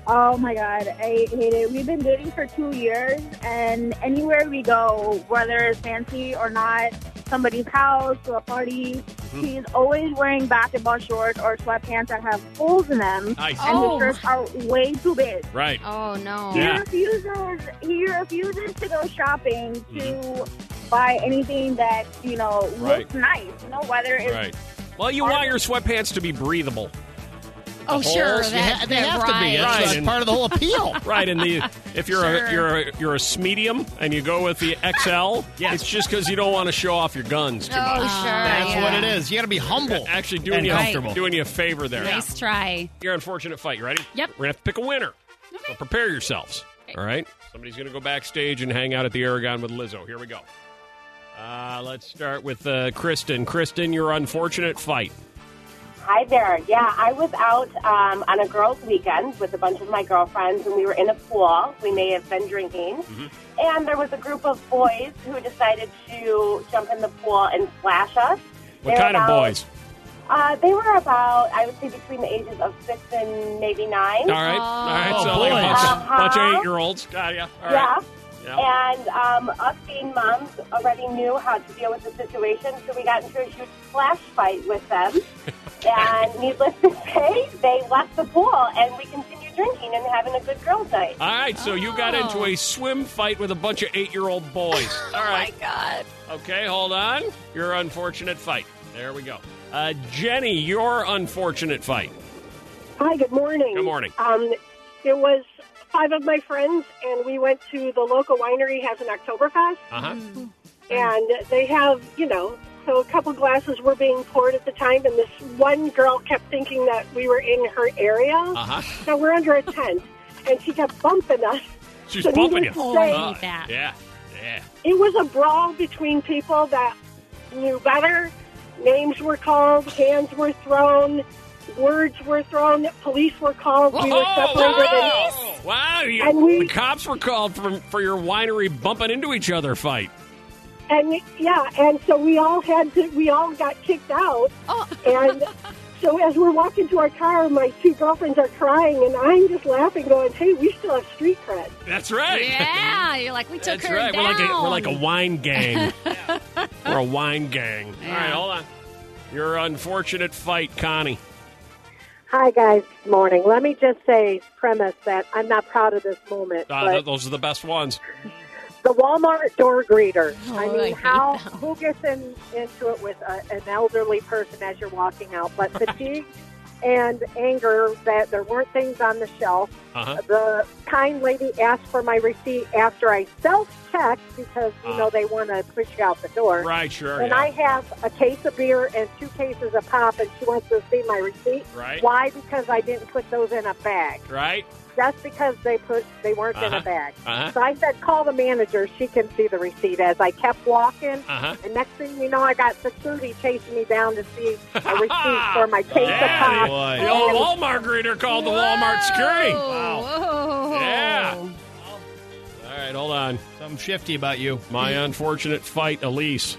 Speaker 6: Oh my god, I hate it. We've been dating for two years, and anywhere we go, whether it's fancy or not, somebody's house to a party,
Speaker 1: Mm-hmm.
Speaker 14: Mhm.
Speaker 6: he's always wearing basketball shorts or sweatpants that have holes in them,
Speaker 14: Nice.
Speaker 6: and
Speaker 14: Oh.
Speaker 6: his shirts are way too big.
Speaker 1: Right.
Speaker 4: Oh no.
Speaker 6: He
Speaker 1: Yeah.
Speaker 6: refuses. He refuses to go shopping to buy anything that you know
Speaker 1: Mm-hmm. Right.
Speaker 6: looks nice. You know, whether it's
Speaker 1: Right. Well, you want your sweatpants to be breathable.
Speaker 3: Oh,
Speaker 1: The
Speaker 3: sure,
Speaker 1: holes-
Speaker 3: they ha- they have to be. That's- that's
Speaker 1: and-
Speaker 3: part of the whole appeal.
Speaker 1: right, and the if you're a
Speaker 3: Sure.
Speaker 1: you're a, you're a medium and you go with the XL, it's just because you don't want to show off your guns too
Speaker 2: Oh,
Speaker 4: Um,
Speaker 1: much.
Speaker 3: That's what it is. You got to be humble.
Speaker 1: Actually, doing
Speaker 3: and
Speaker 1: you
Speaker 3: comfortable.
Speaker 1: doing you a favor there.
Speaker 2: Nice try.
Speaker 1: Your unfortunate fight. You ready?
Speaker 2: Yep.
Speaker 1: We're gonna have to pick a winner. So prepare yourselves. All right. Somebody's gonna go backstage and hang out at the Aragon with Lizzo. Here we go. Uh, let's start with uh, Kristen. Kristen, your unfortunate fight.
Speaker 14: Hi there. Yeah, I was out um, on a girls' weekend with a bunch of my girlfriends, and we were in a pool. We may have been drinking. And there was a group of boys who decided to jump in the pool and splash us. They
Speaker 1: What
Speaker 14: were
Speaker 1: kind of
Speaker 14: about-
Speaker 1: boys?
Speaker 14: Uh, they were about, I would say, between the ages of six and maybe nine.
Speaker 1: All right. All
Speaker 3: Oh,
Speaker 1: right. So like a bunch, of-
Speaker 14: Uh-huh.
Speaker 1: bunch of eight year olds. Got ya. All right.
Speaker 14: Yeah.
Speaker 1: Yeah.
Speaker 14: And um, us being moms already knew how to deal with the situation, so we got into a huge flash fight with them. and needless to say, they left the pool, and we continued drinking and having a good girls' night.
Speaker 1: All right, so you got into a swim fight with a bunch of eight-year-old boys. All right.
Speaker 14: Oh my God.
Speaker 1: Okay, hold on. Your unfortunate fight. There we go. Uh, Jenny, your unfortunate fight.
Speaker 15: Hi, good morning.
Speaker 1: Good morning.
Speaker 15: Um, it was five of my friends, and we went to the local winery has an Oktoberfest,
Speaker 1: Uh huh.
Speaker 15: and they have, you know, so a couple glasses were being poured at the time, and this one girl kept thinking that we were in her area.
Speaker 1: Uh-huh.
Speaker 15: So we're under a tent, and she kept bumping us.
Speaker 1: She's
Speaker 15: So
Speaker 1: bumping you.
Speaker 15: needless to say,
Speaker 1: Uh, Yeah. Yeah.
Speaker 15: It was a brawl between people that knew better. Names were called, hands were thrown, words were thrown, police were called. we were separated. and-
Speaker 1: Oh, wow! Wow, you-
Speaker 15: And we-
Speaker 1: the cops were called for, for your winery bumping into each other fight.
Speaker 15: And yeah, and so we all had to, we all got kicked out. And so as we're walking to our car, my two girlfriends are crying, and I'm just laughing, going, hey, we still have street cred.
Speaker 1: That's right.
Speaker 2: Yeah, you're like we took
Speaker 1: That's
Speaker 2: her
Speaker 1: right.
Speaker 2: down.
Speaker 1: We're like a we're like a wine gang. we're a wine gang. All
Speaker 2: Yeah.
Speaker 1: right, hold on. Your unfortunate fight, Connie.
Speaker 16: Hi, guys. Good morning. Let me just say, premise that I'm not proud of this moment,
Speaker 1: Uh,
Speaker 16: but
Speaker 1: th- those are the best ones.
Speaker 16: the Walmart door greeter. I
Speaker 15: Oh,
Speaker 16: mean,
Speaker 15: I hate
Speaker 16: how who gets in, into it with a, an elderly person as you're walking out? But fatigue and anger that there weren't things on the shelf.
Speaker 17: Uh-huh.
Speaker 16: The kind lady asked for my receipt after I self-checked because you
Speaker 1: Uh.
Speaker 16: know they want to push you out the door.
Speaker 1: Right, sure.
Speaker 16: And
Speaker 1: yeah.
Speaker 16: I have a case of beer and two cases of pop, and she wants to see my receipt.
Speaker 1: Right.
Speaker 16: Why? Because I didn't put those in a bag.
Speaker 1: right?
Speaker 16: That's because they put they weren't in
Speaker 1: Uh-huh.
Speaker 16: a bag.
Speaker 1: Uh-huh.
Speaker 16: So I said, call the manager. She can see the receipt. As I kept walking,
Speaker 1: Uh-huh.
Speaker 16: and next thing you know, I got security chasing me down to see a receipt for my case
Speaker 1: Yeah,
Speaker 16: of pop.
Speaker 1: the, the old Walmart greeter called the Walmart security. Yeah. All right, hold on.
Speaker 3: Something shifty about you.
Speaker 1: My unfortunate fight, Elise.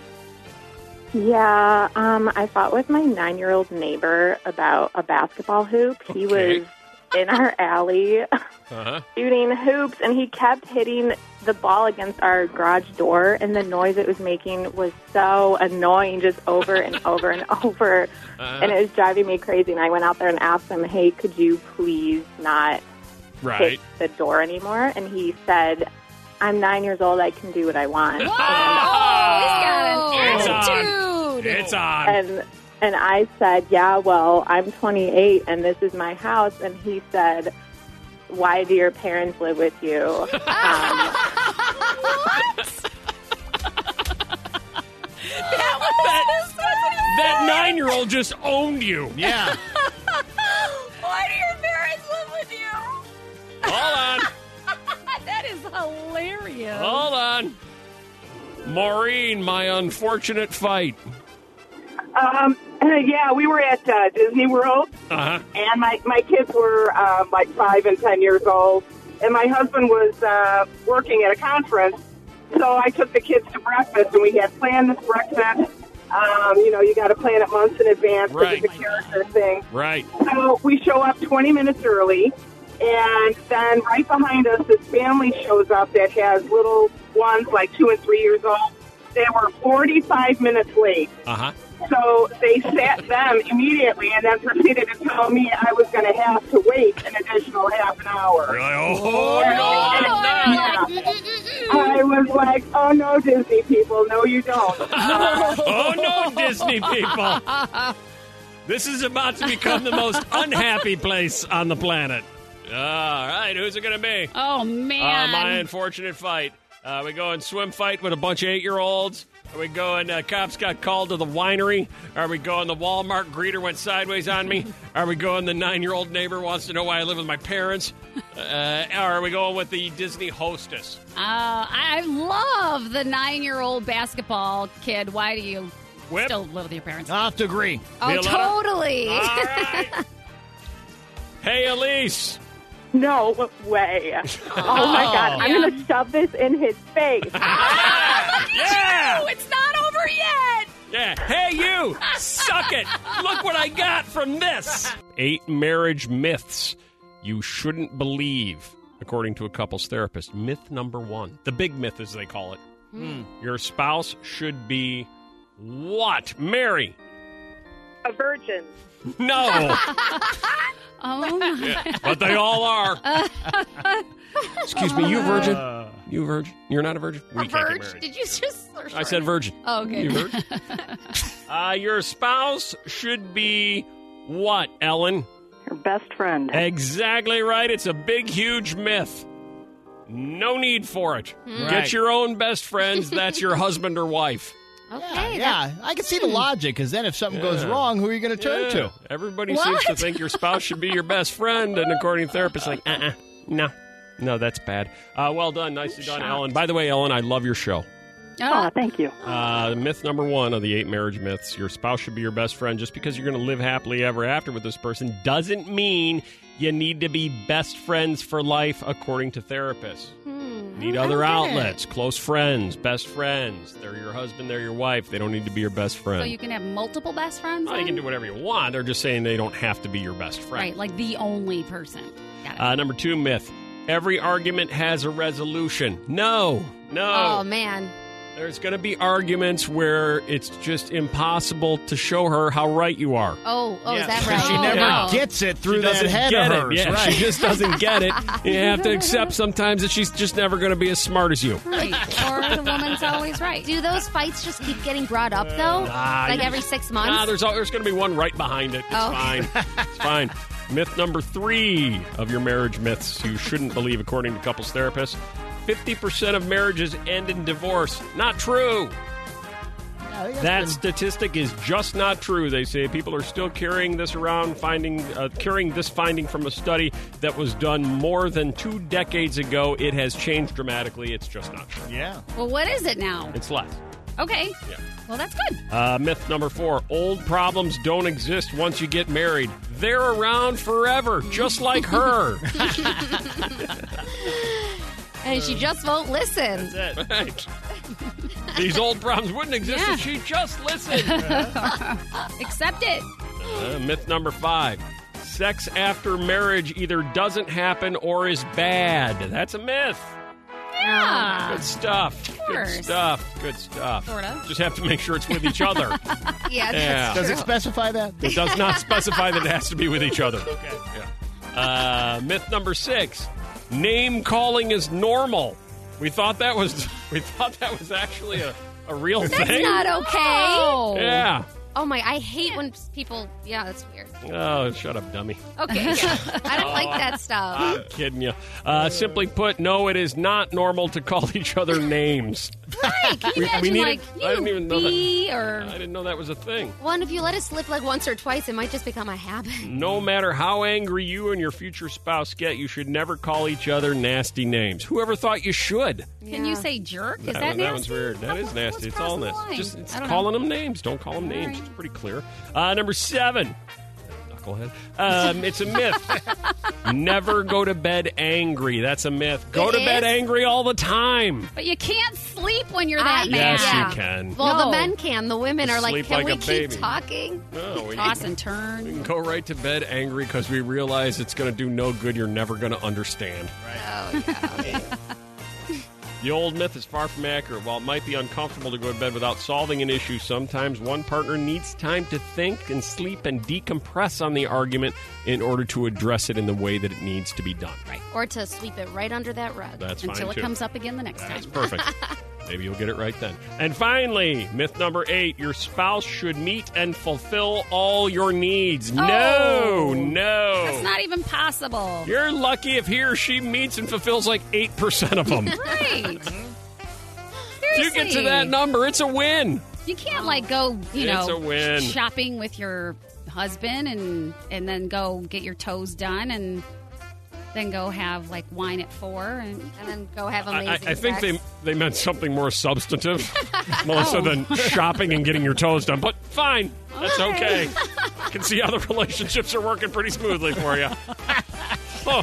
Speaker 17: Yeah, um, I fought with my nine year old neighbor about a basketball hoop. He
Speaker 1: Okay.
Speaker 17: was in our alley
Speaker 1: Uh-huh.
Speaker 17: shooting hoops, and he kept hitting the ball against our garage door, and the noise it was making was so annoying just over and over and over. And it was driving me crazy, and I went out there and asked him, hey, could you please not
Speaker 1: Right.
Speaker 17: hit the door anymore? And he said, I'm nine years old. I can do what I want.
Speaker 1: Ah. Oh,
Speaker 8: Oh,
Speaker 1: It's on. It's on.
Speaker 17: And and I said, "Yeah, well, I'm 28 and this is my house." And he said, "Why do your parents live with you?" Um,
Speaker 1: That was that, nine year old just owned you. Yeah.
Speaker 14: Why do your parents live with you?
Speaker 1: Hold on.
Speaker 2: that is hilarious.
Speaker 1: Hold on. Maureen, my unfortunate fight.
Speaker 8: Um, yeah, we were at uh, Disney World,
Speaker 1: Uh huh.
Speaker 8: and my my kids were um, like five and ten years old, and my husband was uh, working at a conference, so I took the kids to breakfast, and we had planned this breakfast. Um, you know, you got to plan it months in advance
Speaker 1: Right.
Speaker 8: because it's a character thing.
Speaker 1: Right.
Speaker 8: So we show up 20 minutes early, and then right behind us, this family shows up that has little ones like two and three years old. They were 45 minutes late.
Speaker 1: Uh huh.
Speaker 8: So they sat them immediately and then proceeded to tell me I was going to have to wait an additional half an hour.
Speaker 1: You're like, oh, no,
Speaker 8: I was like, oh, no, Disney people. No, you don't.
Speaker 1: oh no, Disney people. This is about to become the most unhappy place on the planet. All right, who's it going to be?
Speaker 2: Oh man.
Speaker 1: Uh, my unfortunate fight. Uh, we go and swim fight with a bunch of eight year olds. Are we going, uh, cops got called to the winery? Are we going, the Walmart greeter went sideways on me? Are we going, the nine year old neighbor wants to know why I live with my parents? Uh, or are we going with the Disney hostess?
Speaker 2: Uh, I I love the nine-year-old basketball kid. Why do you still live with your parents?
Speaker 3: I'll have to agree.
Speaker 2: Oh, totally.
Speaker 1: Hey, Elise.
Speaker 15: No way. Oh, my God. I'm going to shove this in his face.
Speaker 1: Yeah!
Speaker 2: It's not over yet.
Speaker 1: Yeah. Hey, you! Suck it! Look what I got from this! Eight marriage myths you shouldn't believe, according to a couples therapist. Myth number one, the big myth, as they call it.
Speaker 18: Hmm.
Speaker 1: Your spouse should be what? Mary?
Speaker 18: A virgin.
Speaker 1: No!
Speaker 2: Oh my.
Speaker 1: Yeah, but they all are. Excuse me, you virgin? You virgin? You're not a virgin? We
Speaker 2: A
Speaker 1: can't get
Speaker 2: virgin?
Speaker 1: married.
Speaker 2: Did you just?
Speaker 1: I said virgin.
Speaker 2: Oh, okay.
Speaker 1: You virgin? Uh, your spouse should be what, Ellen?
Speaker 19: Your best friend.
Speaker 1: Exactly right. It's a big, huge myth. No need for it.
Speaker 3: Hmm.
Speaker 1: Get
Speaker 3: Right.
Speaker 1: your own best friends. That's your husband or wife.
Speaker 2: Okay.
Speaker 3: Yeah, I can see the logic because then if something goes
Speaker 1: Yeah.
Speaker 3: wrong, who are you going to turn
Speaker 1: Yeah.
Speaker 3: to?
Speaker 1: Everybody
Speaker 3: What?
Speaker 1: seems to think your spouse should be your best friend, and according to therapists, like, uh, uh no, no, that's bad. Uh, well done, nicely done,
Speaker 19: shocked.
Speaker 1: Ellen. By the way, Ellen, I love your show.
Speaker 2: Oh.
Speaker 19: Ah, thank you.
Speaker 1: Uh, myth number one of the eight marriage myths your spouse should be your best friend. Just because you're going to live happily ever after with this person doesn't mean you need to be best friends for life, according to therapists. Need other
Speaker 2: Hmm. I don't get
Speaker 1: outlets, close friends, best friends. They're your husband, they're your wife. They don't need to be your best friend.
Speaker 2: So you can have multiple best friends.
Speaker 1: Well, Oh, you
Speaker 2: then?
Speaker 1: can do whatever you want. They're just saying they don't have to be your best friend.
Speaker 2: Right, like the only person.
Speaker 1: Uh, number two myth every argument has a resolution. No, no.
Speaker 4: Oh man.
Speaker 1: There's going to be arguments where it's just impossible to show her how right you are.
Speaker 4: Oh, oh, is that
Speaker 3: Because
Speaker 4: right? Oh,
Speaker 3: she never gets it through that
Speaker 1: doesn't
Speaker 3: head of
Speaker 1: get it.
Speaker 3: hers.
Speaker 1: Yeah,
Speaker 3: right.
Speaker 1: She just doesn't get it. You have to accept sometimes that she's just never going to be as smart as you.
Speaker 4: Right. Or the woman's always right. Do those fights just keep getting brought up though?
Speaker 1: Uh, Nah,
Speaker 4: like
Speaker 1: you-
Speaker 4: every six
Speaker 1: Nah,
Speaker 4: months?
Speaker 1: Ah, there's al- there's going to be one right behind it. It's
Speaker 4: Oh.
Speaker 1: fine. It's fine. Myth number three of your marriage myths you shouldn't believe, according to couples therapists. Fifty percent of marriages end in divorce. Not true.
Speaker 4: Hmm.
Speaker 1: That statistic is just not true. They say people are still carrying this around, finding uh, carrying this finding from a study that was done more than two decades ago. It has changed dramatically. It's just not true.
Speaker 3: Yeah,
Speaker 2: Well, what is it now?
Speaker 1: it's less.
Speaker 2: Okay.
Speaker 1: Yeah.
Speaker 2: Well, that's good.
Speaker 1: Uh, myth number four old problems don't exist once you get married. They're around forever, just like her.
Speaker 4: And
Speaker 1: Mm.
Speaker 4: she just won't listen.
Speaker 1: Right. These old problems wouldn't exist if she just listened.
Speaker 2: Accept it.
Speaker 1: Uh, myth number five sex after marriage either doesn't happen or is bad. That's a myth.
Speaker 2: Yeah.
Speaker 1: Good stuff. Good
Speaker 2: course.
Speaker 1: stuff. Good stuff.
Speaker 2: Sort of.
Speaker 1: Just have to make sure it's with each other.
Speaker 4: Yeah,
Speaker 1: Yeah.
Speaker 4: that's
Speaker 1: Does
Speaker 4: true.
Speaker 1: it
Speaker 3: specify that.
Speaker 1: It does not specify that it has to be with each other. Uh, myth number six: name calling is normal. We thought that was we thought that was actually a, a real
Speaker 4: That's
Speaker 1: thing.
Speaker 4: not okay.
Speaker 1: Yeah,
Speaker 4: Oh my! I hate when people. Yeah, that's weird.
Speaker 1: Oh, shut up, dummy.
Speaker 4: Okay, yeah. I don't like that
Speaker 1: I'm
Speaker 4: stuff.
Speaker 1: kidding you. Uh, simply put, no, it is not normal to call each other names.
Speaker 4: Right? Can you
Speaker 1: We- we
Speaker 4: imagine
Speaker 1: needed-
Speaker 4: like
Speaker 1: I didn't
Speaker 4: you
Speaker 1: even know that- Uh,
Speaker 4: bee or
Speaker 1: I didn't know that was a thing.
Speaker 4: well, and if you let it slip like once or twice, it might just become a habit.
Speaker 1: No matter how angry you and your future spouse get, you should never call each other nasty names. Whoever thought you should?
Speaker 2: Can you say jerk? Is that,
Speaker 1: one-
Speaker 2: nasty?
Speaker 1: one's weird. That is nasty. It's all
Speaker 2: crossing the
Speaker 1: nasty.
Speaker 2: line?
Speaker 1: Just it's
Speaker 2: I don't know.
Speaker 1: calling them names. Don't call them names. It's pretty clear. Uh, number seven, knucklehead. Um, it's a myth. Never go to bed angry. That's a myth. Go
Speaker 2: It
Speaker 1: to bed
Speaker 2: is?
Speaker 1: angry all the time.
Speaker 2: But you can't sleep when you're that mad.
Speaker 1: Yes, you can.
Speaker 4: Well,
Speaker 2: No.
Speaker 4: the men can. The women are like,
Speaker 1: Sleep
Speaker 4: can
Speaker 1: like
Speaker 4: we
Speaker 1: a
Speaker 4: keep
Speaker 1: baby."
Speaker 4: talking?
Speaker 1: No, we-
Speaker 2: Toss and
Speaker 1: We
Speaker 2: turn.
Speaker 1: can go right to bed angry because we realize it's going to do no good. You're never going to understand.
Speaker 4: Oh, yeah.
Speaker 1: The old myth is far from accurate. While it might be uncomfortable to go to bed without solving an issue, sometimes one partner needs time to think and sleep and decompress on the argument in order to address it in the way that it needs to be done. Right.
Speaker 4: or to sweep it right under that rug
Speaker 1: That's fine,
Speaker 4: until it
Speaker 1: too.
Speaker 4: comes up again the next time.
Speaker 1: That's perfect. Maybe you'll get it right then. And finally, myth number eight your spouse should meet and fulfill all your needs.
Speaker 2: Oh.
Speaker 1: no, no.
Speaker 2: That's not even possible.
Speaker 1: You're lucky if he or she meets and fulfills like 8% of them.
Speaker 2: Right.
Speaker 1: If you get to that number, it's a win.
Speaker 2: You can't like go, you
Speaker 1: Oh. It's
Speaker 2: know,
Speaker 1: a win.
Speaker 2: shopping with your husband and and then go get your toes done and then go have like wine at four and,
Speaker 4: and then go have
Speaker 1: I, I- I think they they meant something more substantive, Melissa,
Speaker 2: Oh.
Speaker 1: than shopping and getting your toes done. But fine, that's okay. I can see how the relationships are working pretty smoothly for you. oh,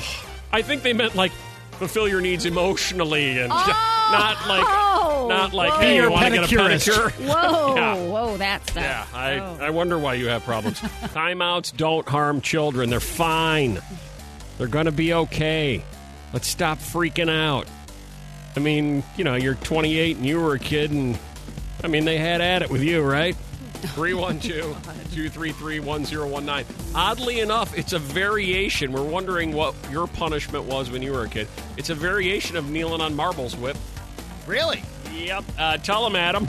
Speaker 1: I think they meant like fulfill your needs emotionally
Speaker 2: Oh.
Speaker 1: and not like not like hey, you want to get a pedicure.
Speaker 2: Whoa,
Speaker 1: Yeah.
Speaker 2: whoa, that stuff.
Speaker 1: Yeah, I, I wonder why you have problems. Timeouts don't harm children. They're fine. They're going to be okay. Let's stop freaking out. I mean, you know, you're 28 and you were a kid, and I mean, they had at it with you, right? 312 233 1019. Oddly enough, it's a variation. We're wondering what your punishment was when you were a kid. It's a variation of kneeling on marbles whip.
Speaker 3: Really?
Speaker 1: Yep. Uh, tell them, Adam.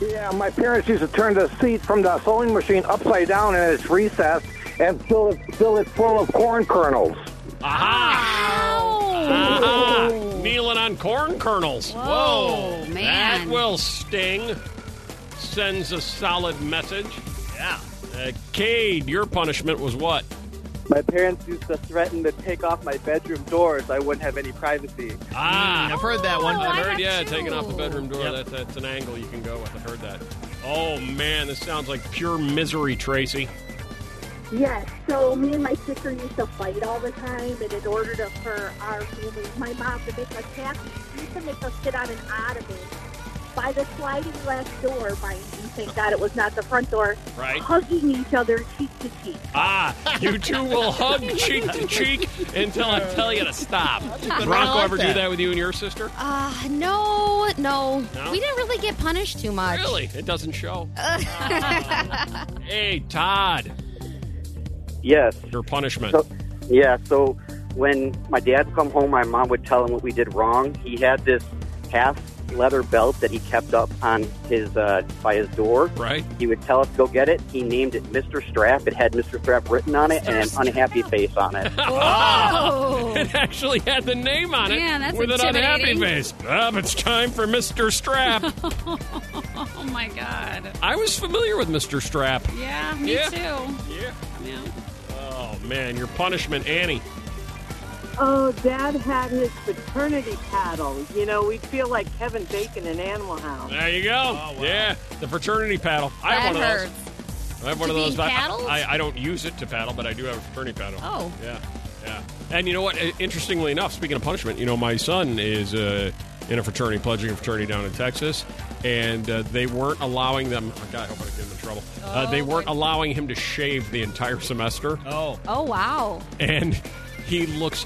Speaker 5: Yeah, my parents used to turn the seat from the sewing machine upside down and it's recessed and fill it, fill it full of corn kernels.
Speaker 1: Aha! Kneeling Ah, on corn kernels.
Speaker 2: Whoa, man.
Speaker 1: That will sting. Sends a solid message. Yeah. Uh, Cade, your punishment was what?
Speaker 20: My parents used to threaten to take off my bedroom doors. I wouldn't have any privacy.
Speaker 1: Ah,
Speaker 3: I've heard that one.
Speaker 1: I've
Speaker 3: I
Speaker 1: heard,
Speaker 3: have
Speaker 1: yeah,
Speaker 3: too.
Speaker 1: taking off the bedroom door.
Speaker 3: Yep.
Speaker 1: That's, that's an angle you can go with. I've heard that. Oh, man, this sounds like pure misery, Tracy.
Speaker 15: Yes. So me and my sister used to fight all the time, and in order to for our family, my mom to make us happy, she used to make us sit on an ottoman by the sliding glass door. Mind you, thank God it was not the front door.
Speaker 1: Right.
Speaker 15: Hugging each other cheek to cheek.
Speaker 1: Ah, you two will hug cheek to cheek until I tell you to stop.
Speaker 4: I
Speaker 1: Bronco
Speaker 4: like
Speaker 1: ever do
Speaker 4: that.
Speaker 1: that with you and your sister?
Speaker 4: Ah, no, no,
Speaker 1: No?
Speaker 4: We didn't really get punished too much.
Speaker 1: Really? It doesn't show. hey, Todd.
Speaker 21: Yes.
Speaker 1: Your punishment.
Speaker 21: So, yeah, so when my dad would come home, my mom would tell him what we did wrong. He had this half leather belt that he kept up on his uh, by his door.
Speaker 1: Right.
Speaker 21: He would tell us to go get it. He named it Mr. Strap. It had Mr. Strap written on it and an unhappy face on it.
Speaker 1: It actually had the name on it
Speaker 2: Man, that's
Speaker 1: with an unhappy
Speaker 2: intimidating.
Speaker 1: face. Up, it's time for Mr. Strap.
Speaker 2: Oh my god.
Speaker 1: I was familiar with Mr. Strap.
Speaker 2: Yeah, me
Speaker 1: Yeah.
Speaker 2: too.
Speaker 1: Yeah. Oh, man, your punishment, Annie.
Speaker 22: Oh, Dad had his paternity paddle. You know, we feel like Kevin Bacon in Animal House.
Speaker 1: There you go. Yeah, the fraternity paddle. I
Speaker 22: That
Speaker 1: have one of
Speaker 22: hurts.
Speaker 1: those. I have one
Speaker 22: To
Speaker 1: of those.
Speaker 22: be
Speaker 1: but I-
Speaker 22: paddled?
Speaker 1: I, I don't use it to paddle, but I do have a fraternity paddle.
Speaker 22: Oh.
Speaker 1: Yeah, yeah. And you know what? Uh, Interestingly enough, speaking of punishment, you know, my son is uh, in a fraternity, pledging a fraternity down in Texas, and uh, they weren't allowing them. Oh, God, I hope I don't get him in trouble.
Speaker 2: Oh,
Speaker 1: uh, they weren't allowing him to shave the entire semester. Oh.
Speaker 4: Oh wow.
Speaker 1: And he looks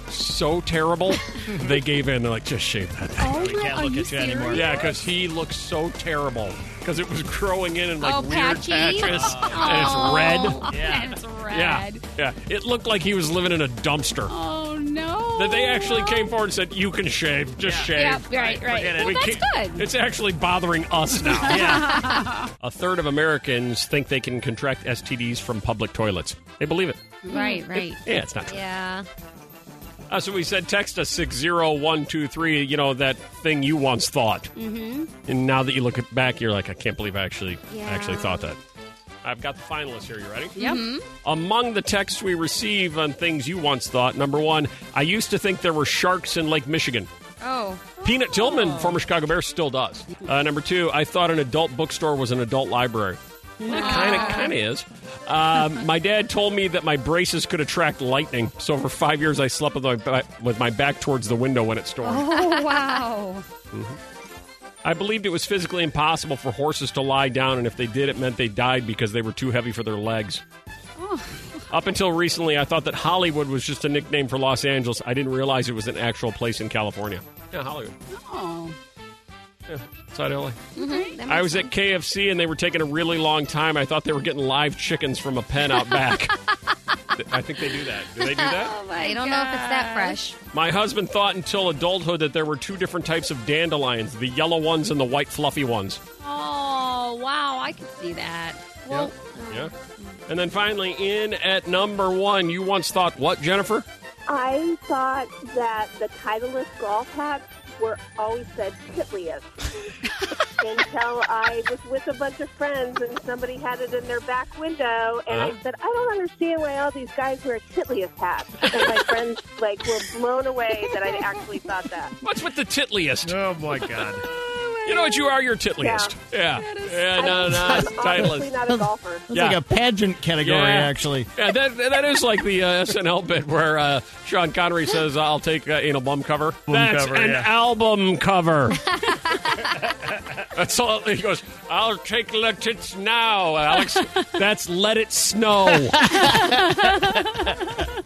Speaker 1: so terrible. they gave in. They're like, just shave that.
Speaker 4: Oh my.
Speaker 2: are you serious?
Speaker 1: Yeah, because he looks so terrible because it was growing in in like
Speaker 2: oh,
Speaker 1: weird
Speaker 2: patchy.
Speaker 1: patches
Speaker 2: Oh.
Speaker 1: and it's red.
Speaker 2: Yeah. And it's red.
Speaker 1: Yeah, yeah. It looked like he was living in a dumpster.
Speaker 2: Oh no.
Speaker 1: that they actually came forward and said, "You can shave, just shave."
Speaker 2: Yeah, right, right.
Speaker 1: Forget it.
Speaker 2: Well,
Speaker 1: We
Speaker 2: that's
Speaker 1: can't-
Speaker 2: good.
Speaker 1: It's actually bothering us now. A third of Americans think they can contract STDs from public toilets. They believe it.
Speaker 2: Right, right.
Speaker 1: Yeah, it's not true.
Speaker 2: Yeah.
Speaker 1: Uh, so we said text us 60123, you know, that thing you once thought.
Speaker 2: Mm-hmm.
Speaker 1: And now that you look at- back, you're like, I can't believe I actually
Speaker 2: Yeah.
Speaker 1: actually thought that. I've got the finalists here. You ready? Mm-hmm.
Speaker 2: Yep.
Speaker 1: Among the texts we receive on things you once thought, number one, I used to think there were sharks in Lake Michigan.
Speaker 2: Oh.
Speaker 1: Peanut Tillman, former Chicago Bear, still does. Uh, number two, I thought an adult bookstore was an adult library. Kind of, kind of is. Um, my dad told me that my braces could attract lightning, so for five years I slept with my ba- with my back towards the window when it stormed.
Speaker 2: Oh, wow.
Speaker 1: I believed it was physically impossible for horses to lie down, and if they did, it meant they died because they were too heavy for their legs. Up until recently, I thought that Hollywood was just a nickname for Los Angeles. I didn't realize it was an actual place in California. Yeah, Hollywood.
Speaker 2: Oh.
Speaker 1: Side LA.
Speaker 2: Mm-hmm.
Speaker 1: I was at KFC and they were taking a really long time. I thought they were getting live chickens from a pen out back. Th- I think they do that. Do they do that?
Speaker 4: I don't know if it's that fresh.
Speaker 1: My husband thought until adulthood that there were two different types of dandelions the yellow ones and the white fluffy ones.
Speaker 2: Oh, wow. I could see that. Well,
Speaker 1: Yeah. And then finally, in at number one, you once thought what, Jennifer?
Speaker 7: I thought that the Titleist golf hats were always said Titleist until I was with a bunch of friends and somebody had it in their back window, and
Speaker 9: Huh?
Speaker 15: Uh-huh.
Speaker 7: I said, I don't understand why all these guys wear Titleist hats. And my friends like were blown away that I actually thought that.
Speaker 1: What's with the titliest?
Speaker 13: Oh, my God.
Speaker 1: you know what you are? You're titliest. Yeah. Yeah, no, no,
Speaker 7: I'm
Speaker 1: it's
Speaker 7: obviously
Speaker 1: titleist.
Speaker 7: not a golfer.
Speaker 3: It's like a pageant category,
Speaker 1: Yeah.
Speaker 3: actually.
Speaker 1: Yeah, that, that is like the uh, SNL bit where uh, Sean Connery says, "I'll take uh, anal bum cover."
Speaker 13: Bum
Speaker 1: That's
Speaker 13: cover,
Speaker 1: an
Speaker 13: yeah.
Speaker 1: album cover. That's all. He goes, "I'll take the tits now, Alex." That's let it snow.